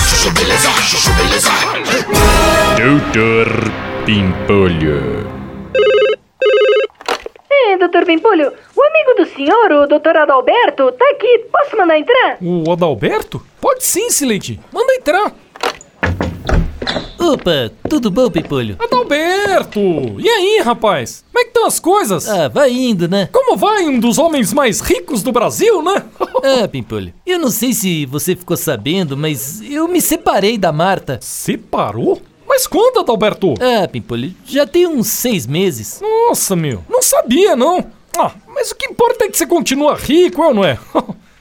chuchu beleza, chuchu beleza. Doutor Pimpolho. É, doutor Pimpolho, o amigo do senhor, o doutor Adalberto, tá aqui. Posso mandar entrar? O Adalberto? Pode sim, Silente. Manda entrar. Opa, tudo bom, Pimpolho? Adalberto! E aí, rapaz? Como é que estão as coisas? Ah, vai indo, né? Como vai um dos homens mais ricos do Brasil, né? Ah, Pimpolho, eu não sei se você ficou sabendo, mas eu me separei da Marta. Separou? Mas quando, Adalberto? Ah, Pimpolho, já tem uns seis meses. Nossa, meu. Não sabia, não. Ah, mas o que importa é que você continua rico, é ou não é?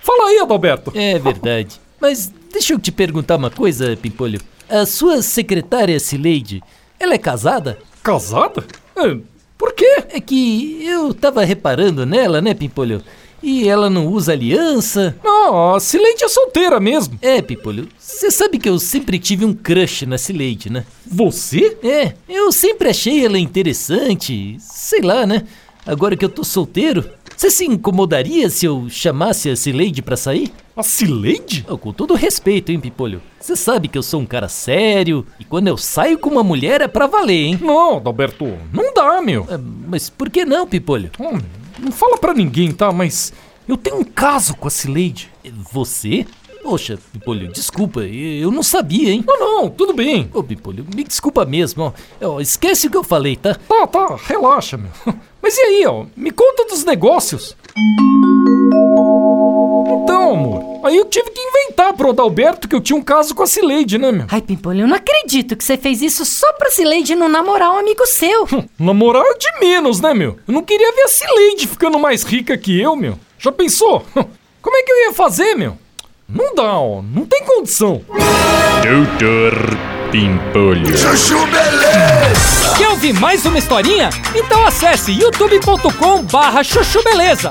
Fala aí, Adalberto. É verdade. Mas deixa eu te perguntar uma coisa, Pimpolho. A sua secretária, Cileide, ela é casada? Casada? É, Por quê? É que eu tava reparando nela, né, Pimpolho? E ela não usa aliança. Não, a Silente é solteira mesmo. É, Pimpolho, você sabe que eu sempre tive um crush na Cileide, né? Você? É, eu sempre achei ela interessante, sei lá, né? Agora que eu tô solteiro, você se incomodaria se eu chamasse a Cileide pra sair? A Cileide? Ô, com todo respeito, hein, Pimpolho? Você sabe que eu sou um cara sério e quando eu saio com uma mulher é pra valer, hein? Não, Adalberto. Não dá, meu. Ah, Mas por que não, Pimpolho? Hum, não fala pra ninguém, tá? Mas eu tenho um caso com a Cileide. Você? Poxa, Pimpolho, desculpa, e- eu não sabia, hein? Não, não, tudo bem. Ô, Pimpolho, me desculpa mesmo, ó. ó. Esquece o que eu falei, tá? Tá, tá, relaxa, meu. Mas e aí, ó? Me conta dos negócios. Então, amor, aí eu tive que inventar pro Adalberto que eu tinha um caso com a Cileide, né, meu? Ai, Pimpolho, eu não acredito que você fez isso só pra Cileide não namorar um amigo seu. Na moral, é de menos, né, meu? Eu não queria ver a Cileide ficando mais rica que eu, meu. Já pensou? Como é que eu ia fazer, meu? Não dá, ó. Não tem condição. Doutor Pimpolho. Chuchu beleza. Quer ouvir mais uma historinha? Então acesse youtube.com barra chuchu beleza.